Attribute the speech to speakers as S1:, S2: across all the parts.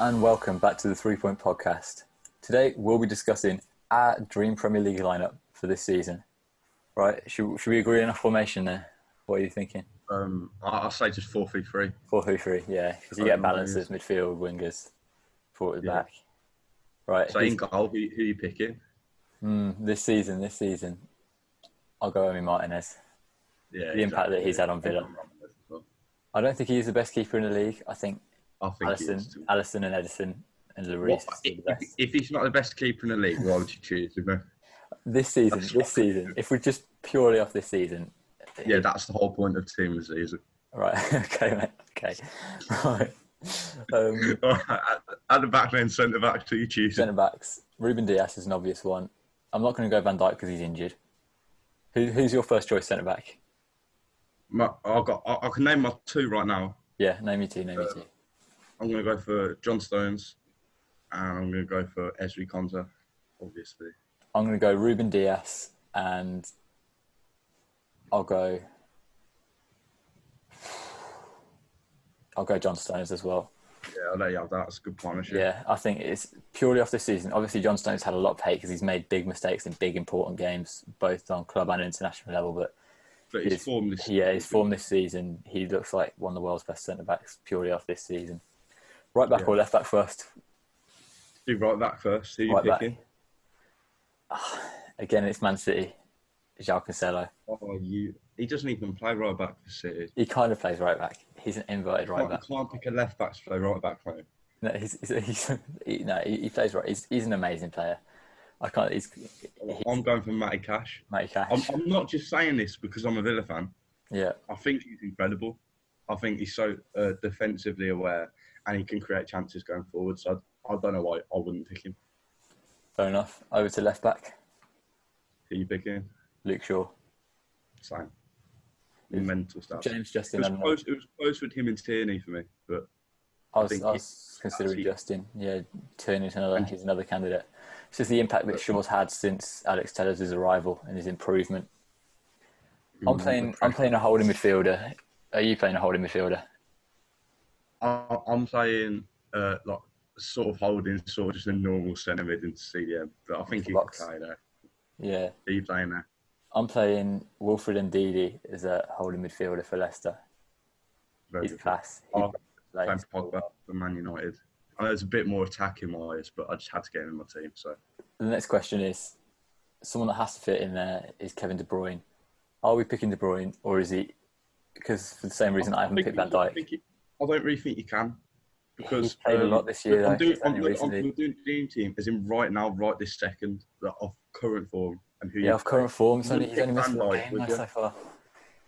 S1: and welcome back to the Three Point Podcast. Today we'll be discussing our dream Premier League lineup for this season. Right? Should, should we agree on a formation there? What are you thinking?
S2: Um, I- I'll say just four three three.
S1: Four three three, yeah, because you
S2: Oh,
S1: get
S2: no
S1: balances, midfield, wingers, forward,
S2: Yeah.
S1: back. Right.
S2: So
S1: who's-
S2: in goal, who, who you picking?
S1: mm, this season, this season, I'll go Emi Martinez.
S2: Yeah,
S1: The impact that he's had on Villa. I don't think he's the best keeper in the league. I think
S2: I think he
S1: Allison,
S2: is. too.
S1: Allison and Edison and
S2: What-
S1: Lloris are still the
S2: if,
S1: best.
S2: if he's not the best keeper in the league, why would you choose him?
S1: This season,
S2: That's-
S1: this season, if we're just purely off this season,
S2: Yeah, that's the whole point of the team is he's
S1: Right. Okay, mate. Okay. Right. Um,
S2: at, at the back then centre back. So you choose him.
S1: centre backs. Ruben Diaz is an obvious one. I'm not going to go Van Dijk because he's injured. Who, who's your first choice centre back?
S2: My, I got. I, I can name my two right now.
S1: Yeah, name your two. Name your two.
S2: I'm going to go for John Stones, and I'm going to go for Esri Konza, obviously.
S1: I'm going to go Ruben Diaz and I'll go. I'll go John Stones as well.
S2: Yeah, I'll let you have that. It's a good partnership.
S1: Yeah, I think it's purely off this season. Obviously, John Stones had a lot of hate because he's made big mistakes in big important games, both on club and international level. But
S2: but his
S1: he's-
S2: form this.
S1: Yeah, his form this season, he looks like one of the world's best centre backs purely off this season. Right back
S2: Yeah.
S1: or left back first?
S2: Do right back first. Who you
S1: Right back.
S2: picking?
S1: Again, it's Man City, Jao Cancelo.
S2: Oh, you. He doesn't even play right back for City.
S1: He kind of plays right back. He's an inverted right
S2: Can't,
S1: back.
S2: can't pick a left back to play right back for him.
S1: No, he's, he's, he's, he, no he, he plays right. He's, he's an amazing player. I can't. He's, he's
S2: I'm going for Matty Cash.
S1: Matty Cash.
S2: I'm, I'm not just saying this because I'm a Villa fan.
S1: yeah,
S2: I think he's incredible. I think he's so uh, defensively aware and he can create chances going forward. So I, I don't know why I wouldn't pick him.
S1: fair enough. Over to left back,
S2: Who you picking?
S1: Luke Shaw,
S2: Same. Mental stuff. It
S1: James Justin.
S2: was,
S1: and
S2: close, it was close with him and Tierney for me, but
S1: I was,
S2: think
S1: I was considering
S2: actually- Mm.
S1: Justin. Yeah, turning to another, he's another candidate. It's just the impact that Shaw's had since Alex Tellers' arrival and his improvement.
S2: Mm,
S1: I'm playing. I'm playing a holding midfielder. Are you playing a holding midfielder?
S2: I, I'm playing uh, like sort of holding, sort of just a normal centre mid into CDM. But I think he's
S1: Box.
S2: okay there.
S1: Yeah,
S2: Are you playing there?
S1: I'm playing Wilfred and Ndidi as a holding midfielder for Leicester.
S2: Very
S1: He's
S2: good.
S1: class. He
S2: Oh,
S1: plays.
S2: playing Pogba for Man United. I know it's a bit more attacking wise, but I just had to get him in my team. So
S1: The next question is: someone that has to fit in there is Kevin De Bruyne. Are we picking De Bruyne, or is he? Because for the same reason, I haven't
S2: think
S1: picked Van
S2: you-
S1: Dijk.
S2: I, think you- I don't really think you can because um,
S1: He's played a lot this year,
S2: I'm
S1: though.
S2: doing,
S1: He's
S2: I'm,
S1: only
S2: doing, I'm
S1: recently-
S2: doing dream team as in right now, right this second, like, of current form and who
S1: Yeah,
S2: you.
S1: off current form, he's
S2: You
S1: only, he's
S2: wouldn't
S1: only
S2: pick
S1: missed
S2: Van
S1: one
S2: Dijk,
S1: game
S2: would
S1: though
S2: you?
S1: so far.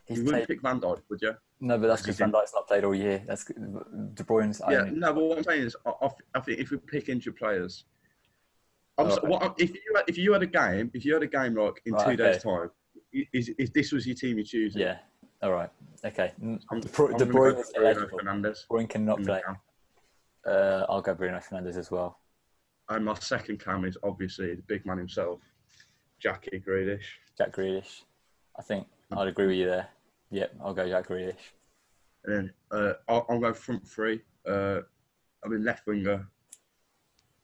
S1: He's
S2: You wouldn't
S1: played,
S2: pick Van Dijk, would you?
S1: no, but that's because
S2: he's
S1: Van
S2: in-
S1: Dijk's not played all year. That's De Bruyne's.
S2: Yeah,
S1: only-
S2: no. But what I'm saying is, I, I- I think if we pick injured players, I'm
S1: Oh,
S2: s-
S1: okay.
S2: what I- if you had, if you had a game, if you had a game like in
S1: Right,
S2: two
S1: okay.
S2: days' time, i- is if this was your team you choose?
S1: yeah. All right. Okay. N-
S2: I'm,
S1: De Bruyne,
S2: I'm
S1: De
S2: gonna go
S1: Bruyne
S2: for Mm.
S1: is
S2: Bruno
S1: eligible. De
S2: Fernandes.
S1: Bruyne cannot
S2: in the
S1: play.
S2: camp.
S1: Uh, I'll go Bruno Fernandes as well.
S2: And my second cam is obviously the big man himself, Jackie Grealish.
S1: Jack Grealish. I think
S2: Mm.
S1: I'd agree with you there. Yep, I'll go Jack Grealish.
S2: And then uh, I'll, I'll go front three. Uh, I mean, left winger,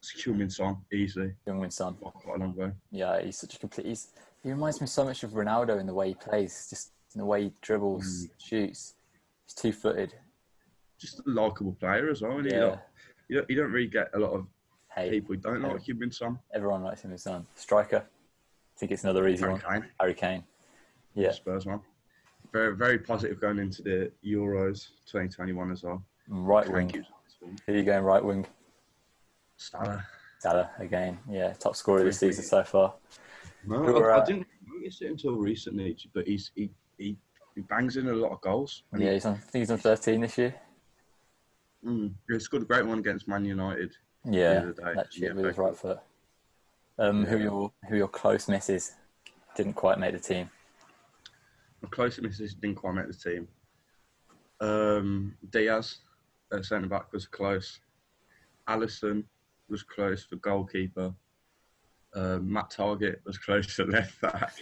S2: it's Min Son, easily.
S1: Young Min Son.
S2: By Quite a long way.
S1: Yeah, he's such a complete. He's, he reminds me so much of Ronaldo in the way he plays, just in the way he
S2: Mm.
S1: dribbles, shoots. He's two footed.
S2: Just a likeable player as well. And
S1: Yeah.
S2: you, don't, you don't really get a lot of
S1: Hey,
S2: people who don't
S1: Yeah.
S2: like Min Son.
S1: everyone likes him as son. Striker. I think it's another easy one.
S2: Okay.
S1: Harry Kane. Yeah.
S2: Spurs one. Very, very positive going into the Euros 2021 as well.
S1: Right wing.
S2: Thank you.
S1: Who are you going right wing?
S2: Salah.
S1: Salah again. Yeah, top scorer this
S2: Three.
S1: season so far.
S2: No,
S1: Who are,
S2: I, I
S1: uh,
S2: didn't notice it until recently, but he's he, he, he bangs in a lot of goals. And
S1: Yeah, he's on, I think he's on 13 this year.
S2: he, mm, he scored a great one against Man United.
S1: Yeah,
S2: other day.
S1: that shit
S2: Yeah,
S1: with his
S2: back-
S1: right foot. Um, Who
S2: Yeah.
S1: your who your close misses? Didn't quite make the team.
S2: My closest misses didn't quite make the team. Um, Diaz at centre back was close. Allison was close for goalkeeper. Uh, Matt Target was close at left back.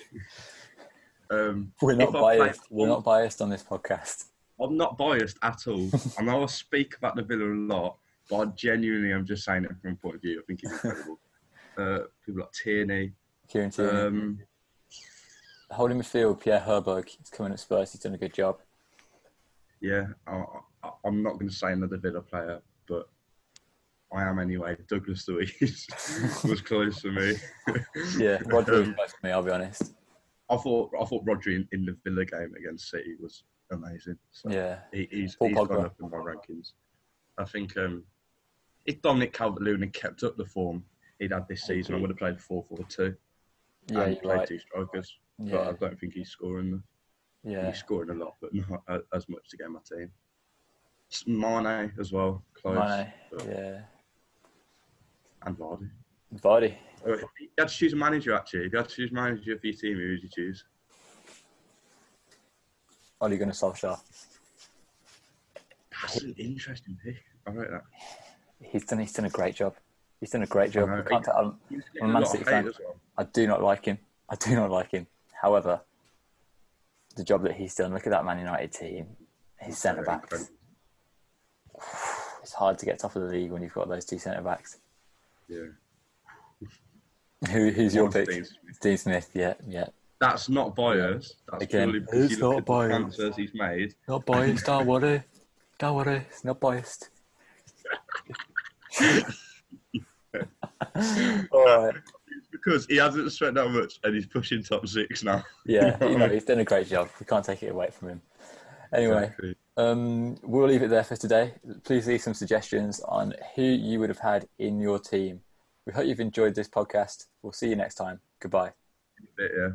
S2: um,
S1: We're not
S2: if I play-
S1: biased. We're not biased on this podcast.
S2: I'm not biased at all. I know I speak about the Villa a lot, But I genuinely, I'm just saying it from a point of view. I think he's incredible. uh, people like Tierney.
S1: Kieran Tierney.
S2: Um,
S1: Holding midfield, Pierre Herberg. He's coming at Spurs. He's done a good job.
S2: yeah, I, I, I'm not going to say another Villa player, but I am anyway. Douglas Luiz was close to me.
S1: Yeah, Rodri was
S2: Um,
S1: close to me. I'll be honest.
S2: I thought I thought Rodri in, in the Villa game against City was amazing. So
S1: Yeah,
S2: he, he's,
S1: Paul
S2: he's
S1: Pogba.
S2: gone up in my rankings. I think um, if Dominic Calvert-Lewin had kept up the form he'd had this season, I would have played 4-4-2
S1: yeah,
S2: and
S1: you're
S2: played
S1: right.
S2: two strikers. But
S1: Yeah,
S2: I don't think he's scoring. enough.
S1: yeah.
S2: He's scoring a lot, but not a- as much to get my team. S- Mane as well, close.
S1: Mane,
S2: but-
S1: yeah.
S2: And Vardy.
S1: Vardy.
S2: Oh, If you had to choose a manager, actually, if you had to choose a manager for your team, who would you choose?
S1: Ole Gunnar Solskjaer.
S2: That's an interesting pick. I like that.
S1: He's done. He's done a great job. He's done a great job.
S2: I know.
S1: I can't tell- I'm,
S2: He's
S1: I'm a
S2: getting
S1: Man
S2: lot of
S1: City
S2: hate
S1: fan.
S2: as well.
S1: I do not like him. I do not like him. However, the job that he's done. Look at that Man United team. His centre backs.
S2: Incredible.
S1: It's hard to get top of the league when you've got those two centre backs.
S2: Yeah.
S1: Who, who's your
S2: One's
S1: pick?
S2: Dean Smith.
S1: Dean Smith. Yeah, yeah.
S2: That's not bias. That's
S1: Again,
S2: purely because
S1: it's
S2: you look
S1: not
S2: at the
S1: bias.
S2: transfers he's made.
S1: Not biased, don't worry. Don't worry, it's not biased. Alright.
S2: It's because he hasn't spent that much and he's pushing top six now.
S1: Yeah, you know, he's done a great job. We can't take it away from him. Anyway,
S2: Exactly.
S1: um, we'll leave it there for today. Please leave some suggestions on who you would have had in your team. We hope you've enjoyed this podcast. We'll see you next time. Goodbye.
S2: Yeah.